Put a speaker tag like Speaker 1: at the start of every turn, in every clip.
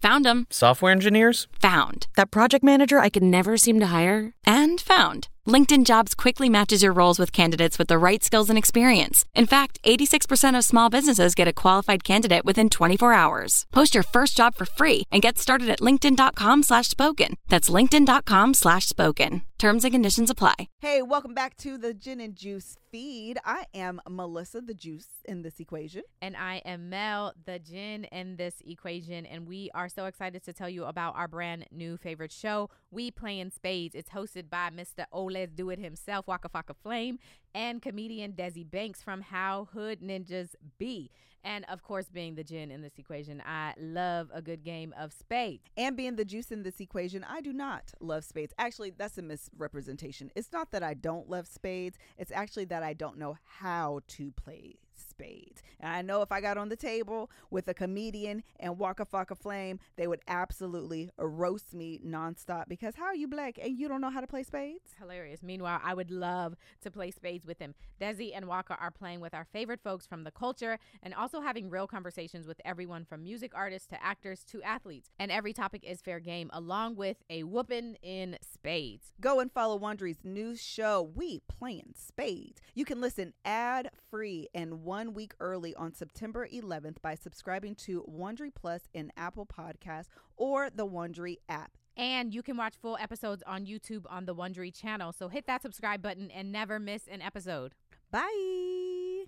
Speaker 1: Found them.
Speaker 2: Software engineers?
Speaker 1: Found.
Speaker 3: That project manager I could never seem to hire?
Speaker 1: And found. LinkedIn Jobs quickly matches your roles with candidates with the right skills and experience. In fact, 86% of small businesses get a qualified candidate within 24 hours. Post your first job for free and get started at linkedin.com slash spoken. That's linkedin.com slash spoken. Terms and conditions apply.
Speaker 4: Hey, welcome back to the Gin and Juice feed. I am Melissa, the juice in this equation.
Speaker 5: And I am Mel, the gin in this equation. And we are so excited to tell you about our brand new favorite show, We Play in Spades. It's hosted by Mr. Oles Do It Himself, Waka Faka Flame, and comedian Desi Banks from How Hood Ninjas Be. And of course, being the gin in this equation, I love a good game of spades.
Speaker 4: And being the juice in this equation, I do not love spades. Actually, that's a misrepresentation. It's not that I don't love spades, it's actually that I don't know how to play spades. And I know if I got on the table with a comedian and Waka Faka Flame, they would absolutely roast me nonstop because how are you black and you don't know how to play spades?
Speaker 5: Hilarious. Meanwhile, I would love to play spades with him. Desi and Waka are playing with our favorite folks from the culture and also having real conversations with everyone from music artists to actors to athletes. And every topic is fair game, along with a whooping in spades.
Speaker 4: Go and follow Wandry's new show, We Playing Spades. You can listen ad free and one week early on September 11th by subscribing to Wandry Plus in Apple Podcasts or the Wandry app.
Speaker 5: And you can watch full episodes on YouTube on the Wondery channel. So hit that subscribe button and never miss an episode.
Speaker 4: Bye.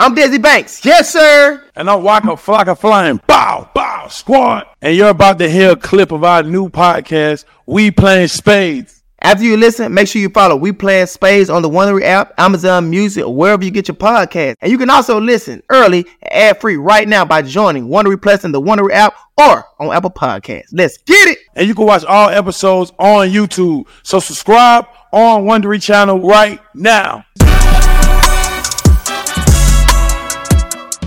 Speaker 6: I'm Desi Banks. Yes, sir.
Speaker 7: And I'm Waka Flocka Flying. Bow, bow, squad. And you're about to hear a clip of our new podcast, We Playing Spades.
Speaker 6: After you listen, make sure you follow We Playing Spades on the Wondery app, Amazon Music, or wherever you get your podcast. And you can also listen early and ad-free right now by joining Wondery Plus in the Wondery app or on Apple Podcasts. Let's get it.
Speaker 7: And you can watch all episodes on YouTube. So subscribe on Wondery Channel right now.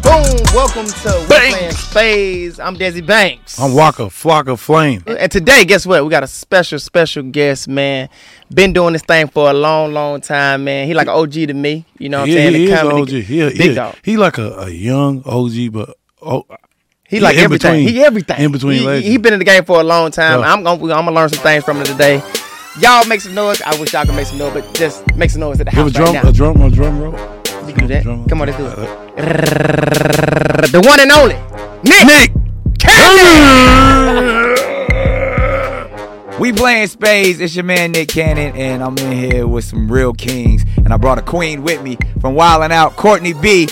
Speaker 6: Boom. Welcome to We
Speaker 7: Banks.
Speaker 6: Playing Spades. I'm Desi Banks.
Speaker 7: I'm Waka Flocka Flame.
Speaker 6: And today, guess what? We got a special, special guest, man. Been doing this thing for a long, long time, man. He like an OG to me. You know what I'm
Speaker 7: Yeah,
Speaker 6: saying?
Speaker 7: he
Speaker 6: The
Speaker 7: is
Speaker 6: comedy-
Speaker 7: OG. He,
Speaker 6: big
Speaker 7: he,
Speaker 6: dog.
Speaker 7: he like a, a young OG, but oh,
Speaker 6: He like
Speaker 7: in
Speaker 6: everything.
Speaker 7: between-
Speaker 6: he everything.
Speaker 7: in between
Speaker 6: He- He,
Speaker 7: legends.
Speaker 6: he been in the game for a long time.
Speaker 7: Yeah.
Speaker 6: I'm gonna I'm gonna learn some things from him today. Y'all make some noise. I wish y'all could make some noise, but just make some noise at the
Speaker 7: Give a
Speaker 6: house
Speaker 7: drum,
Speaker 6: right
Speaker 7: a
Speaker 6: now.
Speaker 7: drum, a drum roll.
Speaker 6: You can do that.
Speaker 7: drum-
Speaker 6: Come on, let's do
Speaker 7: Uh,
Speaker 6: it. The one and only Nick.
Speaker 7: Nick.
Speaker 8: We playing spades. It's your man Nick Cannon, and I'm in here with some real kings. And I brought a queen with me from Wildin' Out, Courtney B,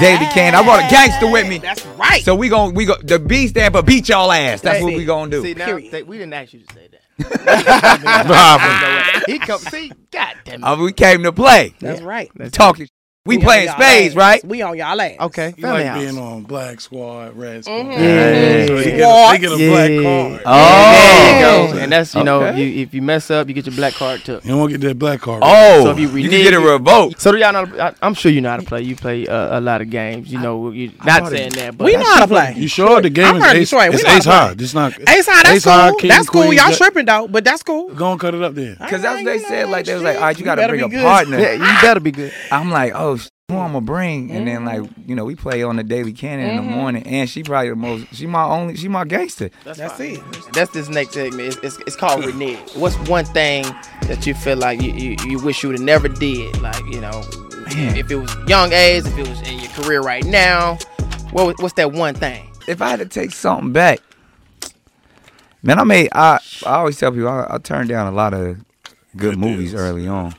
Speaker 8: David Cannon. I brought a gangster with me.
Speaker 6: That's right.
Speaker 8: So we gon' we go the B stand for beat y'all ass. That's what we gonna do.
Speaker 6: See now, they- we didn't ask you to say that. he come. See, goddamn.
Speaker 7: Oh,
Speaker 8: Uh, we came to play.
Speaker 9: That's right.
Speaker 8: Talking. We playing spades, right?
Speaker 9: We on y'all ass.
Speaker 6: Okay.
Speaker 7: He
Speaker 6: family
Speaker 7: like
Speaker 6: house.
Speaker 7: being on Black Squad, Red Squad.
Speaker 6: Mm-hmm. Yeah.
Speaker 7: So he get a, he get a black card.
Speaker 6: There you go. And that's you know, if you, if you mess up, you get your black card took.
Speaker 7: You don't get that black card.
Speaker 8: Oh,
Speaker 6: So if you
Speaker 8: you, can
Speaker 6: renege-
Speaker 8: get it revoked.
Speaker 6: So do y'all know? I, I'm sure you know how to play. You play uh, a lot of games. You know, you not
Speaker 7: thought it-
Speaker 6: saying that, but
Speaker 9: We know how to play.
Speaker 7: You sure the game
Speaker 9: I'm
Speaker 7: is
Speaker 9: from
Speaker 7: ace,
Speaker 9: Detroit. We
Speaker 7: it's
Speaker 9: not
Speaker 7: ace high?
Speaker 9: playing.
Speaker 7: This not
Speaker 9: Ace high, that's
Speaker 7: high,
Speaker 9: cool.
Speaker 7: king,
Speaker 9: that's cool.
Speaker 7: queen,
Speaker 9: Y'all
Speaker 7: jack-
Speaker 9: tripping though, but that's cool.
Speaker 7: Go and cut it up then.
Speaker 8: Cause that's what they
Speaker 9: Ain't
Speaker 8: said.
Speaker 9: no
Speaker 8: Like they was like,
Speaker 9: shit.
Speaker 8: all right, you
Speaker 9: You
Speaker 8: gotta
Speaker 9: better
Speaker 8: bring a
Speaker 9: be good.
Speaker 8: partner.
Speaker 6: Yeah, you better be good.
Speaker 8: I'm like, oh, sh- who I'm gonna bring? And then
Speaker 9: Mm-hmm.
Speaker 8: like, you know, we play on the Daily Cannon in the morning, and she probably the most. She my only. She my gangster.
Speaker 9: That's it.
Speaker 6: That's this next segment. It's, it's, it's called renege. What's one thing that you feel like you, you, you wish you would have never did? Like you know,
Speaker 8: Man.
Speaker 6: if it was young age, if it was in your career right now, what was- what's that one thing?
Speaker 8: If I had to take something back, man, I made. I I always tell people I, I turned down a lot of good,
Speaker 7: Good
Speaker 8: movies
Speaker 7: deals.
Speaker 8: early on.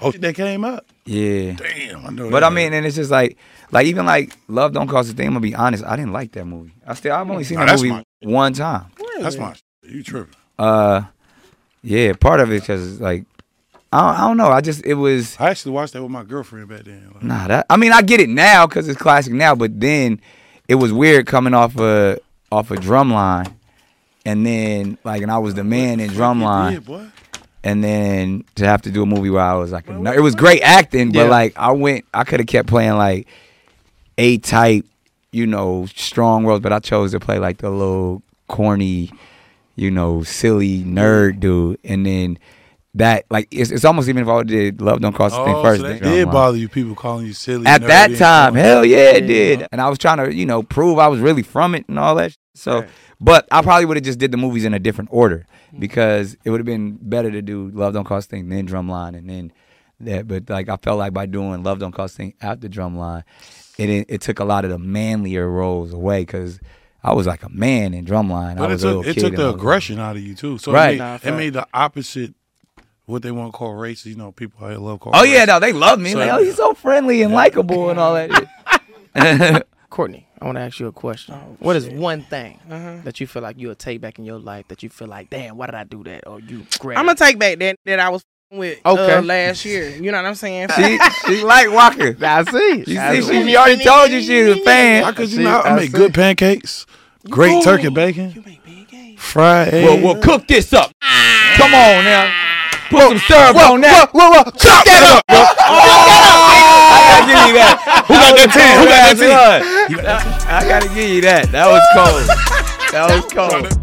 Speaker 7: Oh, shit, that came up.
Speaker 8: Yeah.
Speaker 7: Damn, I know.
Speaker 8: But
Speaker 7: that
Speaker 8: I mean, and it's just like, like even like Love Don't Cost a Thing. I'm gonna be honest, I didn't like that movie. I still, I've only seen
Speaker 7: Nah,
Speaker 8: that
Speaker 7: that's
Speaker 8: movie
Speaker 7: my-
Speaker 8: one time.
Speaker 7: that's my. shit. You tripping?
Speaker 8: Uh, yeah, part of it because like, I don't, I don't know. I just it was.
Speaker 7: I actually watched that with my girlfriend back then. Like,
Speaker 8: Nah, that I mean I get it now because it's classic now, but then it was weird coming off a off a drumline, and then like and I was the man in
Speaker 7: Yeah,
Speaker 8: drumline,
Speaker 7: boy.
Speaker 8: and then to have to do a movie where I was like, a nerd. it was great acting, but
Speaker 6: Yeah.
Speaker 8: like I went, I could have kept playing like A type, you know, strong roles, but I chose to play like the little corny you know, silly nerd dude. And then that, like, it's, it's almost even if I did Love Don't Cross the Thing
Speaker 7: Oh,
Speaker 8: first.
Speaker 7: so that
Speaker 8: then-
Speaker 7: did bother you. People calling you silly
Speaker 8: At
Speaker 7: nerdy,
Speaker 8: that
Speaker 7: and
Speaker 8: time,
Speaker 7: all.
Speaker 8: hell yeah, it did. And I was trying to, you know, prove I was really from it and all that. sh- So, but I probably would have just did the movies in a different order
Speaker 7: Mm-hmm.
Speaker 8: because it would have been better to do Love Don't Cost a Thing, then Drumline, and then that. But like, I felt like by doing Love Don't Cost a Thing after Drumline, it it, it took a lot of the manlier roles away because I was like a man in Drumline. I
Speaker 7: But it
Speaker 8: was a
Speaker 7: took
Speaker 8: little
Speaker 7: it
Speaker 8: kid
Speaker 7: took
Speaker 8: in
Speaker 7: the
Speaker 8: all that.
Speaker 7: aggression out of you too. So
Speaker 8: Right.
Speaker 7: it made,
Speaker 8: Nah,
Speaker 7: it made the opposite what they want to call racist. You know, people I love call.
Speaker 8: Oh yeah,
Speaker 7: racist.
Speaker 8: no, they love me.
Speaker 7: So-
Speaker 8: like, oh, he's so friendly and likable and all that. shit.
Speaker 9: Courtney, I want to ask you a question.
Speaker 6: Oh,
Speaker 9: what is one thing
Speaker 6: Uh-huh.
Speaker 9: that you feel like you'll take back in your life that you feel like, damn, why did I do that? Or you grab
Speaker 2: I'm gonna take back that that I was f***ing with
Speaker 9: Okay.
Speaker 2: uh, last year. You know what I'm saying?
Speaker 8: she, she like Walker.
Speaker 9: I see.
Speaker 8: You
Speaker 9: I
Speaker 8: see, she, she already told you she's a fan.
Speaker 7: Why could you
Speaker 8: She-
Speaker 7: not? I make
Speaker 8: see.
Speaker 7: good pancakes, great turkey bacon, fried eggs.
Speaker 8: Well, well, cook this up. Come on now. Put some syrup on that.
Speaker 9: Whoa, whoa,
Speaker 8: Chop that up. bro. I gotta give you that. Who got that ten? Who got that ten? I gotta give you that. That was cold. That was cold.